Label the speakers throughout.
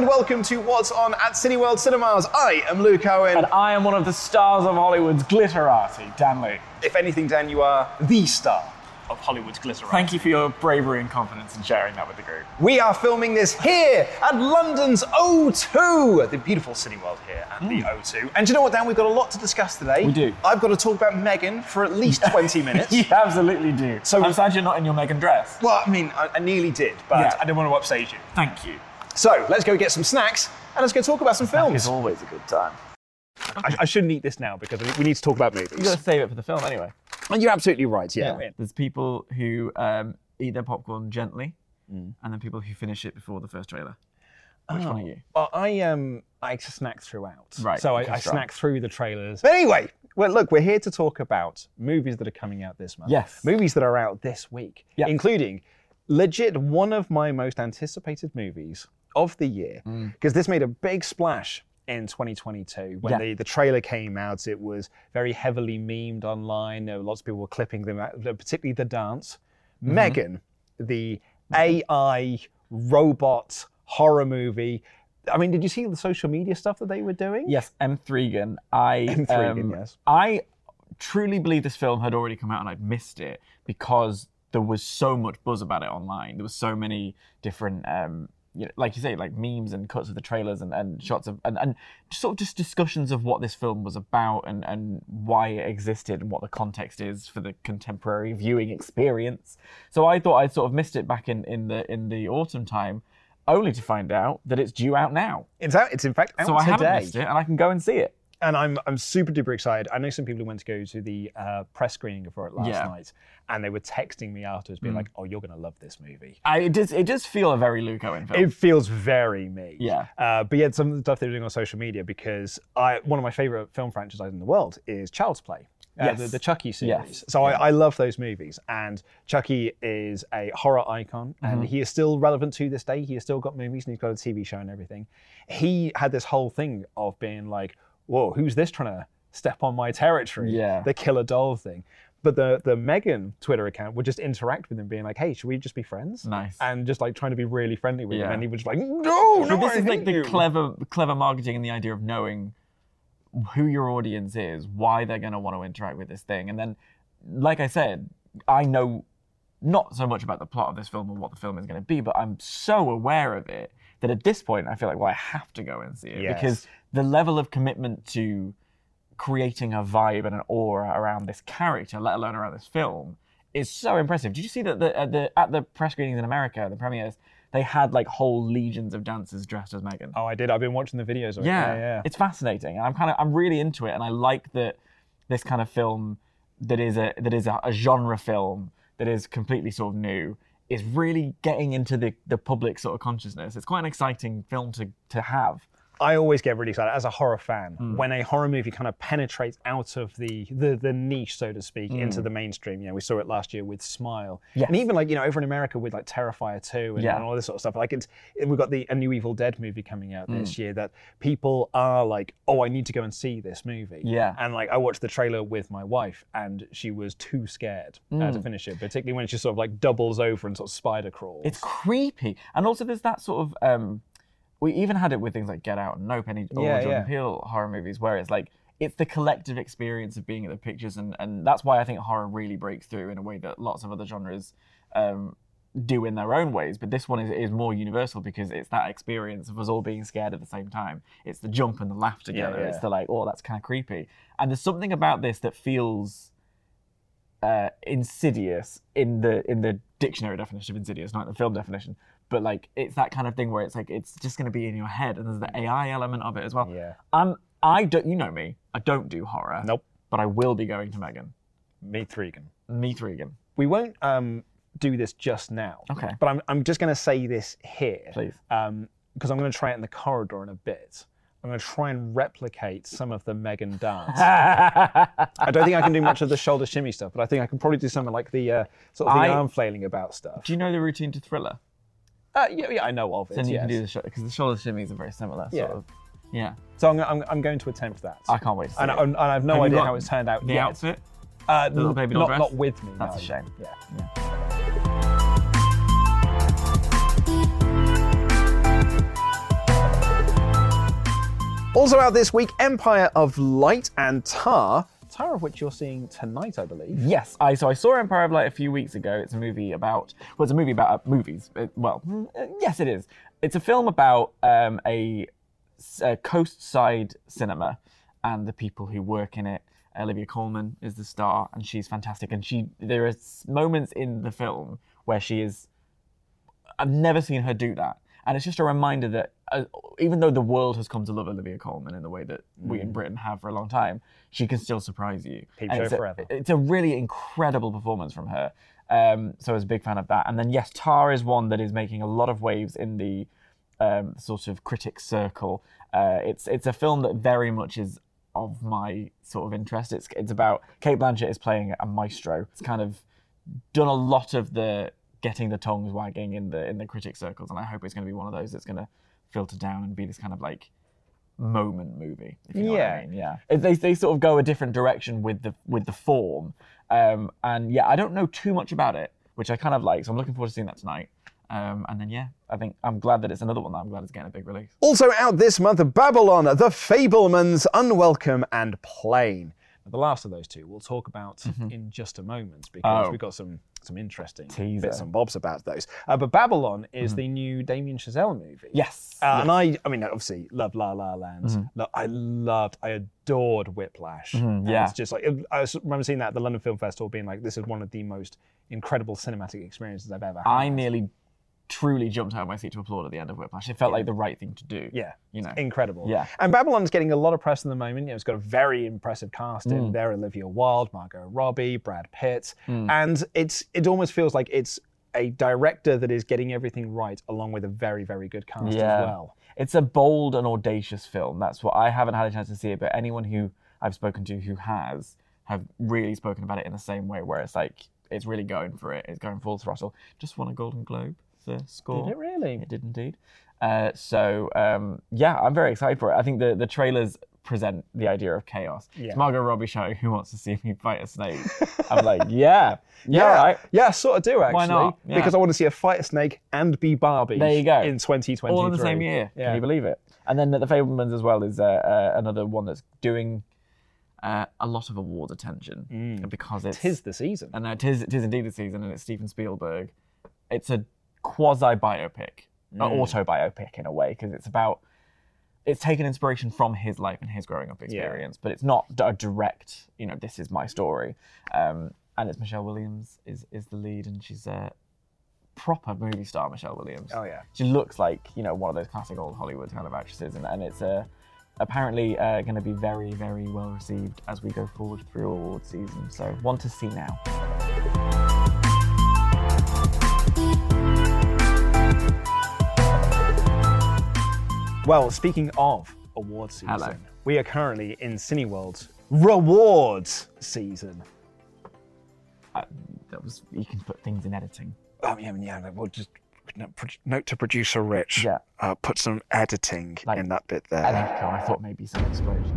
Speaker 1: welcome to What's On at Cineworld Cinemas. I am Luke Owen.
Speaker 2: And I am one of the stars of Hollywood's glitterati, Dan Lee.
Speaker 1: if anything, Dan, you are the star of Hollywood's glitter.
Speaker 2: Thank you for your bravery and confidence in sharing that with the group.
Speaker 1: We are filming this here at London's O2, the beautiful Cineworld here at the O2. And do you know what, Dan? We've got a lot to discuss today.
Speaker 2: We do.
Speaker 1: I've got to talk about Megan for at least 20 minutes.
Speaker 2: You absolutely do.
Speaker 1: So-
Speaker 2: So I'm sad you're not in your Megan dress.
Speaker 1: Well, I mean, I, I nearly did, but
Speaker 2: Yeah.
Speaker 1: I didn't want to upstage you.
Speaker 2: Thank you.
Speaker 1: So let's go get some snacks and let's go talk about some films.
Speaker 2: It's always a good time.
Speaker 1: I, I shouldn't eat this now because we need to talk about
Speaker 2: You
Speaker 1: movies.
Speaker 2: gotta save it for the film anyway.
Speaker 1: You're absolutely right, yeah.
Speaker 2: There's people who um, eat their popcorn gently, and then people who finish it before the first trailer. Which one are you?
Speaker 3: Well, I um, I snack throughout.
Speaker 2: Right,
Speaker 3: So I,
Speaker 2: okay,
Speaker 3: I
Speaker 2: sure.
Speaker 3: snack through the trailers.
Speaker 1: But anyway,
Speaker 3: Well, look, we're here to talk about movies that are coming out this month.
Speaker 2: Yes.
Speaker 3: Movies that are out this week,
Speaker 2: Yeah.
Speaker 3: including legit one of my most anticipated movies of the year because this made a big splash in 2022 when
Speaker 2: Yeah.
Speaker 3: the, the trailer came out it was very heavily memed online There were lots of people were clipping them out, particularly the dance
Speaker 2: Mm-hmm.
Speaker 3: megan the ai robot horror movie i mean did you see the social media stuff that they were doing
Speaker 2: Yes, M. Threegan. I
Speaker 3: M. Threegan, yes.
Speaker 2: I truly believe this film had already come out and I'd missed it because there was so much buzz about it online. There was so many different, um, you know, like you say, like memes and cuts of the trailers and, and shots of and, and sort of just discussions of what this film was about and, and why it existed and what the context is for the contemporary viewing experience. So I thought I'd sort of missed it back in, in the in the autumn time, only to find out that it's due out now.
Speaker 3: it's out it's in fact out
Speaker 2: So I
Speaker 3: today
Speaker 2: haven't missed it, and I can go and see it.
Speaker 3: and I'm I'm super duper excited. I know some people who went to go to the uh, press screening for it last
Speaker 2: Yeah. Mm.
Speaker 3: night, and they were texting me afterwards, being like, "Oh, you're gonna love this movie."
Speaker 2: I, it does. It does feel a very Luke Owen film.
Speaker 3: It feels very me.
Speaker 2: Yeah.
Speaker 3: Uh, but yeah, some of the stuff they were doing on social media because I one of my favorite film franchises in the world is Child's Play. Uh,
Speaker 2: Yes.
Speaker 3: the, the Chucky series.
Speaker 2: Yes.
Speaker 3: So I, I love those movies. And Chucky is a horror icon
Speaker 2: Mm-hmm.
Speaker 3: and he is still relevant to this day. He has still got movies and he's got a TV show and everything. He had this whole thing of being like, whoa, who's this trying to step on my territory?
Speaker 2: Yeah.
Speaker 3: The killer doll thing. But the, the Megan Twitter account would just interact with him, being like, hey, should we just be friends?
Speaker 2: nice.
Speaker 3: and just like trying to be really friendly with
Speaker 2: Yeah.
Speaker 3: him, and he was like, "No, no,
Speaker 2: So this
Speaker 3: I
Speaker 2: is like
Speaker 3: hate
Speaker 2: the
Speaker 3: you."
Speaker 2: clever, clever marketing and the idea of knowing who your audience is, why they're going to want to interact with this thing, and then, like I said, I know not so much about the plot of this film or what the film is going to be, but I'm so aware of it that at this point I feel like, well, I have to go and see it
Speaker 3: Yes.
Speaker 2: because the level of commitment to creating a vibe and an aura around this character, let alone around this film, is so impressive. Did you see that the, at, the, at the press screenings in America, the premieres, they had like whole legions of dancers dressed as Megan?
Speaker 3: Oh, I did. I've been watching the videos. Of
Speaker 2: yeah,
Speaker 3: it. yeah, yeah.
Speaker 2: it's fascinating. And I'm kind of I'm really into it, and I like that this kind of film that is a that is a, a genre film that is completely sort of new is really getting into the the public sort of consciousness. It's quite an exciting film to to have.
Speaker 3: I always get really excited as a horror fan
Speaker 2: Hmm.
Speaker 3: when a horror movie kind of penetrates out of the the, the niche, so to speak, into the mainstream. You know, we saw it last year with Smile,
Speaker 2: Hmm. Yes.
Speaker 3: and even like you know over in America with like Terrifier two and,
Speaker 2: Yeah.
Speaker 3: and all this sort of stuff. Like it's we've got the a new Evil Dead movie coming
Speaker 2: Hmm.
Speaker 3: out this year that people are like, oh, I need to go and see this movie.
Speaker 2: Yeah.
Speaker 3: and like I watched the trailer with my wife, and she was too scared uh,
Speaker 2: Mm.
Speaker 3: to finish it, particularly when she sort of like doubles over and sort of spider crawls.
Speaker 2: It's creepy, and also there's that sort of. Um, we even had it with things like Get Out and Nope, any or
Speaker 3: Yeah,
Speaker 2: Jordan
Speaker 3: yeah.
Speaker 2: Peele horror movies, where it's like it's the collective experience of being at the pictures, and and that's why I think horror really breaks through in a way that lots of other genres. Um, do in their own ways, but this one is, is more universal because it's that experience of us all being scared at the same time. It's the jump and the laugh together.
Speaker 3: yeah.
Speaker 2: It's the like, oh, that's kind of creepy. And there's something about this that feels uh, insidious in the in the dictionary definition of insidious, not the film definition. But like it's that kind of thing where it's like it's just going to be in your head, and there's the AI element of it as well.
Speaker 3: Yeah.
Speaker 2: Um, I don't. You know me. I don't do horror.
Speaker 3: Nope.
Speaker 2: But I will be going to Megan.
Speaker 3: Meet Threegan.
Speaker 2: Me Regan.
Speaker 3: We won't um, do this just now.
Speaker 2: Okay.
Speaker 3: But I'm, I'm just going to say this here.
Speaker 2: Please.
Speaker 3: Because I'm going to try it in the corridor in a bit. I'm going to try and replicate some of the Megan dance. I don't think I can do much of the shoulder shimmy stuff, but I think I can probably do some of like the uh, sort of the
Speaker 2: I-
Speaker 3: arm flailing about stuff.
Speaker 2: do you know the routine to Thriller?
Speaker 3: Uh, yeah, yeah, I know of it.
Speaker 2: Then you
Speaker 3: yes.
Speaker 2: can do the shoulder because the shoulder shimmies are very similar. Sort
Speaker 3: Yeah.
Speaker 2: of. Yeah.
Speaker 3: So I'm, I'm, I'm going to attempt that.
Speaker 2: I can't wait. To see
Speaker 3: and,
Speaker 2: it.
Speaker 3: I, and I have no
Speaker 2: Have you
Speaker 3: idea
Speaker 2: got
Speaker 3: how it's turned out
Speaker 2: the
Speaker 3: yet.
Speaker 2: outfit.
Speaker 3: Uh,
Speaker 2: little baby doll
Speaker 3: not,
Speaker 2: dress?
Speaker 3: not with me.
Speaker 2: That's
Speaker 3: no.
Speaker 2: a shame.
Speaker 3: Yeah. Also out this week, Empire of Light and Tar. Tar of which you're seeing tonight, I believe.
Speaker 2: Yes, I so I saw Empire of Light a few weeks ago. It's a movie about well, it's a movie about uh, movies. Uh, well, mm, uh, yes, it is. It's a film about um, a, s- a coastside cinema and the people who work in it. Olivia Colman is the star, and she's fantastic. And she there are s- moments in the film where she is I've never seen her do that. And it's just a reminder that uh, even though the world has come to love Olivia Colman in the way that we in Britain have for a long time, she can still surprise you.
Speaker 3: Mm-hmm. Peep
Speaker 2: And
Speaker 3: show
Speaker 2: it's a,
Speaker 3: forever.
Speaker 2: It's a really incredible performance from her. Um, so I was a big fan of that. And then, yes, Tar is one that is making a lot of waves in the um, sort of critic circle. Uh, it's it's a film that very much is of my sort of interest. It's it's about Kate Blanchett is playing a maestro. It's kind of done a lot of the getting the tongues wagging in the in the critic circles, and I hope it's going to be one of those that's going to filter down and be this kind of like moment movie. If you know what
Speaker 3: Yeah.
Speaker 2: I mean. yeah. It- They they sort of go a different direction with the with the form, um, and yeah, I don't know too much about it, which I kind of like. So I'm looking forward to seeing that tonight. Um, and then yeah, I think I'm glad that it's another one that I'm glad it's getting a big release.
Speaker 3: Also out this month, Babylon, The Fablemans, Unwelcome, and Plain. The last of those two we'll talk about in just a moment because
Speaker 2: Mm-hmm. Oh.
Speaker 3: we've got some some interesting
Speaker 2: Teaser. Mm-hmm.
Speaker 3: bits and bobs about those. Uh, but Babylon is the new Damien Chazelle movie.
Speaker 2: Yes. Mm-hmm.
Speaker 3: Uh, And I, I mean, obviously, love La La Land. Lo- I loved, I adored Whiplash. And
Speaker 2: yeah.
Speaker 3: it's just like I was- remember seeing that at the London Film Festival, being like, "This is one of the most incredible cinematic experiences I've ever had."
Speaker 2: I nearly truly jumped out of my seat to applaud at the end of Whiplash. It felt like the right thing to do.
Speaker 3: yeah,
Speaker 2: You know.
Speaker 3: incredible.
Speaker 2: Yeah.
Speaker 3: And Babylon's getting a lot of press at the moment. You know, it's got a very impressive cast
Speaker 2: Mm.
Speaker 3: in there: Olivia Wilde, Margot Robbie, Brad Pitt, and it's it almost feels like it's a director that is getting everything right, along with a very very good cast
Speaker 2: Yeah.
Speaker 3: as well.
Speaker 2: It's a bold and audacious film. That's what I haven't had a chance to see it, but anyone who I've spoken to who has have really spoken about it in the same way where it's like it's really going for it. It's going full throttle. Just won a Golden Globe for score.
Speaker 3: Did it really?
Speaker 2: It did indeed. Uh, so um, yeah, I'm very excited for it. I think the, the trailers present the idea of chaos.
Speaker 3: Yeah.
Speaker 2: It's Margot Robbie shouting, "Who wants to see me fight a snake?" I'm like, yeah, yeah, all right.
Speaker 3: Yeah, I sort of do actually.
Speaker 2: Why not? Yeah.
Speaker 3: Because I want to see a fight a snake and be Barbie.
Speaker 2: There you go.
Speaker 3: In 2023.
Speaker 2: all in the same year.
Speaker 3: Yeah.
Speaker 2: Can you believe it? And then the Fablemans as well is uh, uh, another one that's doing uh, a lot of award attention because it's
Speaker 3: Mm. Tis the season.
Speaker 2: and it is it is indeed the season, and it's Steven Spielberg. It's a quasi biopic, an
Speaker 3: Mm.
Speaker 2: auto biopic in a way, because it's about it's taken inspiration from his life and his growing up experience, but it's not a direct, you know, this is my story. Um, and it's Michelle Williams is is the lead, and she's a proper movie star, Michelle Williams.
Speaker 3: Oh, yeah.
Speaker 2: she looks like you know one of those classic old Hollywood kind of actresses, and, and it's uh, apparently uh, going to be very very well received as we go forward through award season. So one to see now.
Speaker 3: Well, speaking of award season,
Speaker 2: Hello.
Speaker 3: we are currently in Cineworld's rewards season.
Speaker 2: I, Uh, that was you can put things in editing.
Speaker 3: Oh, yeah, yeah, no, we'll just. no, pro- Note to producer Rich,
Speaker 2: Yeah.
Speaker 3: uh, put some editing
Speaker 2: Like-
Speaker 3: in that bit
Speaker 2: I
Speaker 3: there.
Speaker 2: think I thought maybe some explosions.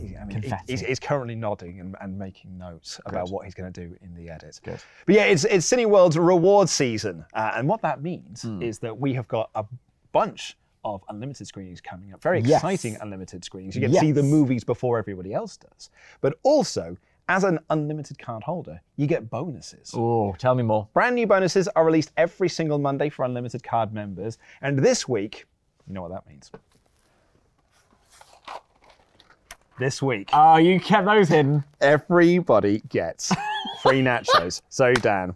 Speaker 3: He- I mean, he-
Speaker 2: confetti.
Speaker 3: he's, he's currently nodding and, and making notes about what he's going to do in the edit.
Speaker 2: Good.
Speaker 3: But yeah, it's it's Cineworld's reward season, uh, and what that means
Speaker 2: Hmm.
Speaker 3: is that we have got a bunch of unlimited screenings coming up. Very
Speaker 2: Yes.
Speaker 3: exciting unlimited screenings. You get to see the
Speaker 2: Yes.
Speaker 3: movies before everybody else does, but also as an unlimited card holder, you get bonuses.
Speaker 2: Oh, tell me more.
Speaker 3: Brand new bonuses are released every single Monday for unlimited card members, and this week, you know what that means. This week,
Speaker 2: Oh, you kept those hidden.
Speaker 3: everybody gets free nachos. So Dan,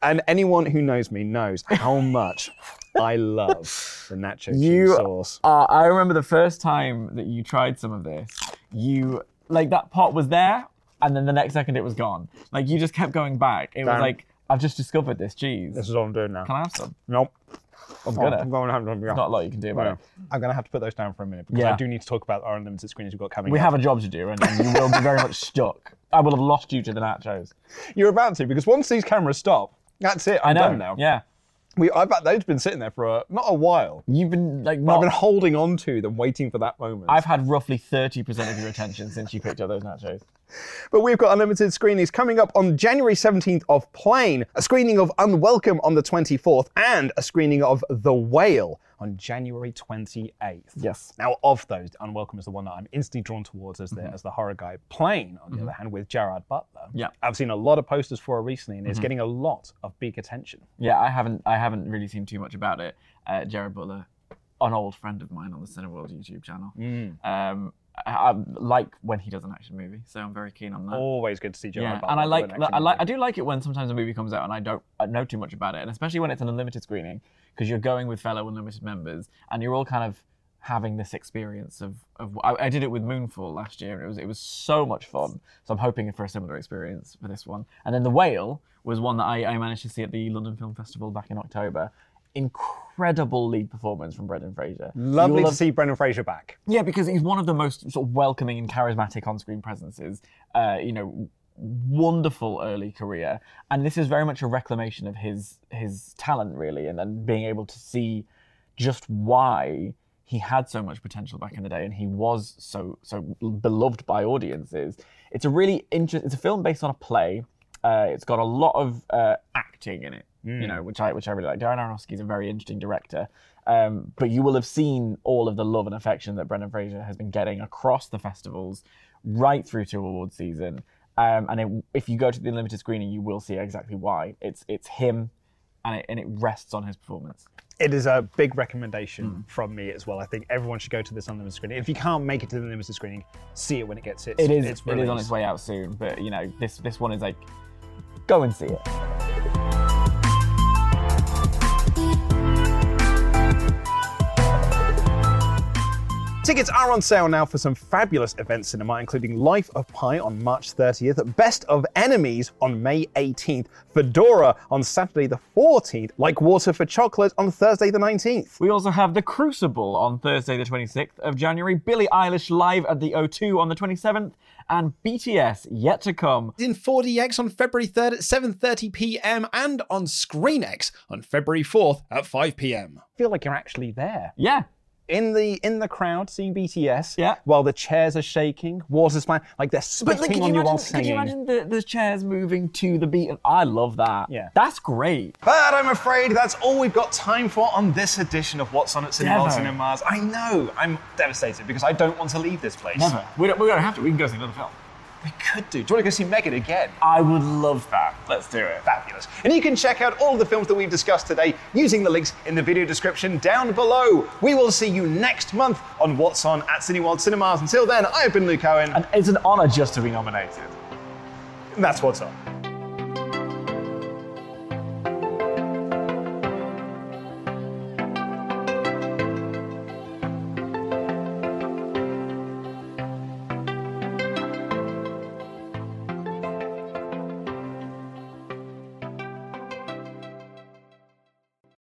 Speaker 3: and anyone who knows me knows how much I love the nacho cheese
Speaker 2: You-
Speaker 3: sauce.
Speaker 2: Uh, I remember the first time that you tried some of this. You like that pot was there, and then the next second it was gone. Like you just kept going back. It was
Speaker 3: Damn.
Speaker 2: like I've just discovered this cheese.
Speaker 3: This is what I'm doing now.
Speaker 2: Can I have some?
Speaker 3: Nope.
Speaker 2: I'm
Speaker 3: Oh,
Speaker 2: gonna.
Speaker 3: I'm going to have them, yeah.
Speaker 2: Not a lot you can do about it.
Speaker 3: I'm going to have to put those down for a minute because I
Speaker 2: Yeah.
Speaker 3: do need to talk about our unlimited screens we've got coming.
Speaker 2: We
Speaker 3: up.
Speaker 2: have a job to do, and, and you will be very much stuck. I will have lost you to the nachos.
Speaker 3: You're about to because once these cameras stop, that's it. I'm
Speaker 2: I know.
Speaker 3: done now.
Speaker 2: Yeah,
Speaker 3: We, I've had those been sitting there for a, not a while.
Speaker 2: you've been like
Speaker 3: I've
Speaker 2: not.
Speaker 3: been holding on to them, waiting for that moment.
Speaker 2: I've had roughly thirty percent of your attention since you picked up those nachos.
Speaker 3: But we've got unlimited screenings coming up on January 17th of Plane, a screening of Unwelcome on the 24th, and a screening of The Whale on January 28th.
Speaker 2: Yes. Mm-hmm.
Speaker 3: Now, of those, Unwelcome is the one that I'm instantly drawn towards as the, as the horror guy. Plane, on the other hand, with Gerard Butler.
Speaker 2: Yeah. Mm-hmm.
Speaker 3: I've seen a lot of posters for it recently, and it's getting a lot of big attention.
Speaker 2: Yeah, I haven't I haven't really seen too much about it. Uh, Jared Butler, an old friend of mine on the Cineworld YouTube channel. Um, I, I like when he does an action movie, so I'm very keen on that.
Speaker 3: Always good to see Gerard
Speaker 2: yeah,
Speaker 3: Butler.
Speaker 2: and I
Speaker 3: do
Speaker 2: like
Speaker 3: an
Speaker 2: I
Speaker 3: action
Speaker 2: like
Speaker 3: movie.
Speaker 2: I do like it when sometimes a movie comes out and I don't I know too much about it, and especially when it's an unlimited screening because you're going with fellow unlimited members and you're all kind of having this experience of, of I, I did it with Moonfall last year and it was it was so much fun. So I'm hoping for a similar experience for this one. And then The Whale was one that I, I managed to see at the London Film Festival back in October. Incredible lead performance from Brendan Fraser. You
Speaker 3: Lovely
Speaker 2: will
Speaker 3: to
Speaker 2: have-
Speaker 3: see Brendan Fraser back.
Speaker 2: yeah, because he's one of the most sort of welcoming and charismatic on-screen presences. Uh, you know, wonderful early career, and this is very much a reclamation of his his talent, really, and then being able to see just why he had so much potential back in the day, and he was so so beloved by audiences. It's a really interesting. It's a film based on a play. Uh, it's got a lot of uh, acting in it,
Speaker 3: Mm.
Speaker 2: you know, which I which I really like. Darren Aronofsky's a very interesting director, um, but you will have seen all of the love and affection that Brendan Fraser has been getting across the festivals, right through to award season. Um, and it, if you go to the limited screening, you will see exactly why. It's it's him, and it, and it rests on his performance.
Speaker 3: It is a big recommendation
Speaker 2: Hmm.
Speaker 3: from me as well. I think everyone should go to this unlimited screening. If you can't make it to the limited screening, see it when it gets its
Speaker 2: It is
Speaker 3: Its
Speaker 2: it is on
Speaker 3: release.
Speaker 2: its way out soon, but you know this this one is like, go and see it.
Speaker 3: Tickets are on sale now for some fabulous event cinema, including Life of Pi on March 30th, Best of Enemies on May 18th, Fedora on Saturday the 14th, Like Water for Chocolate on Thursday the 19th.
Speaker 2: We also have The Crucible on Thursday, the 26th of January, Billie Eilish live at the O2 on the 27th, and BTS yet to come.
Speaker 4: in 4DX on February 3rd at 7:30 p.m. and on ScreenX on February 4th at 5 p.m.
Speaker 3: I feel like you're actually there.
Speaker 2: Yeah,
Speaker 3: In the in the crowd, seeing BTS,
Speaker 2: Yeah.
Speaker 3: while the chairs are shaking, water's flying, like they're spitting
Speaker 2: like, could,
Speaker 3: on
Speaker 2: you
Speaker 3: you while
Speaker 2: imagine,
Speaker 3: singing.
Speaker 2: could you imagine the, the chairs moving to the beat? I love that.
Speaker 3: Yeah.
Speaker 2: that's great.
Speaker 1: But I'm afraid that's all we've got time for on this edition of What's On at Cineworld
Speaker 2: Never.
Speaker 1: Cinemas. I know, I'm devastated because I don't want to leave this place.
Speaker 2: We don't, we don't have to. We can go see another film.
Speaker 1: We could do. Do you want to go see Megan again?
Speaker 2: I would love that.
Speaker 1: Let's do it. Fabulous. And you can check out all the films that we've discussed today using the links in the video description down below. We will see you next month on What's On at Cineworld Cinemas. Until then, I've been Luke Owen,
Speaker 2: And it's an honor just to be nominated.
Speaker 1: and that's What's On.